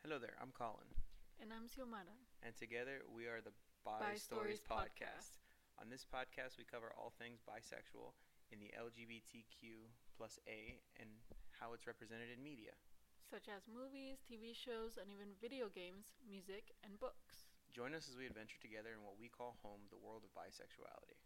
Hello there, I'm Colin, And I'm Xiomara. and together we are the Bi, Bi Stories, Stories podcast. Podcast. On this podcast, we cover all things bisexual in the LGBTQ plus A and how it's represented in media. Such as movies, TV shows, and even video games, music, and books. Join us as we adventure together in what we call home, the world of bisexuality.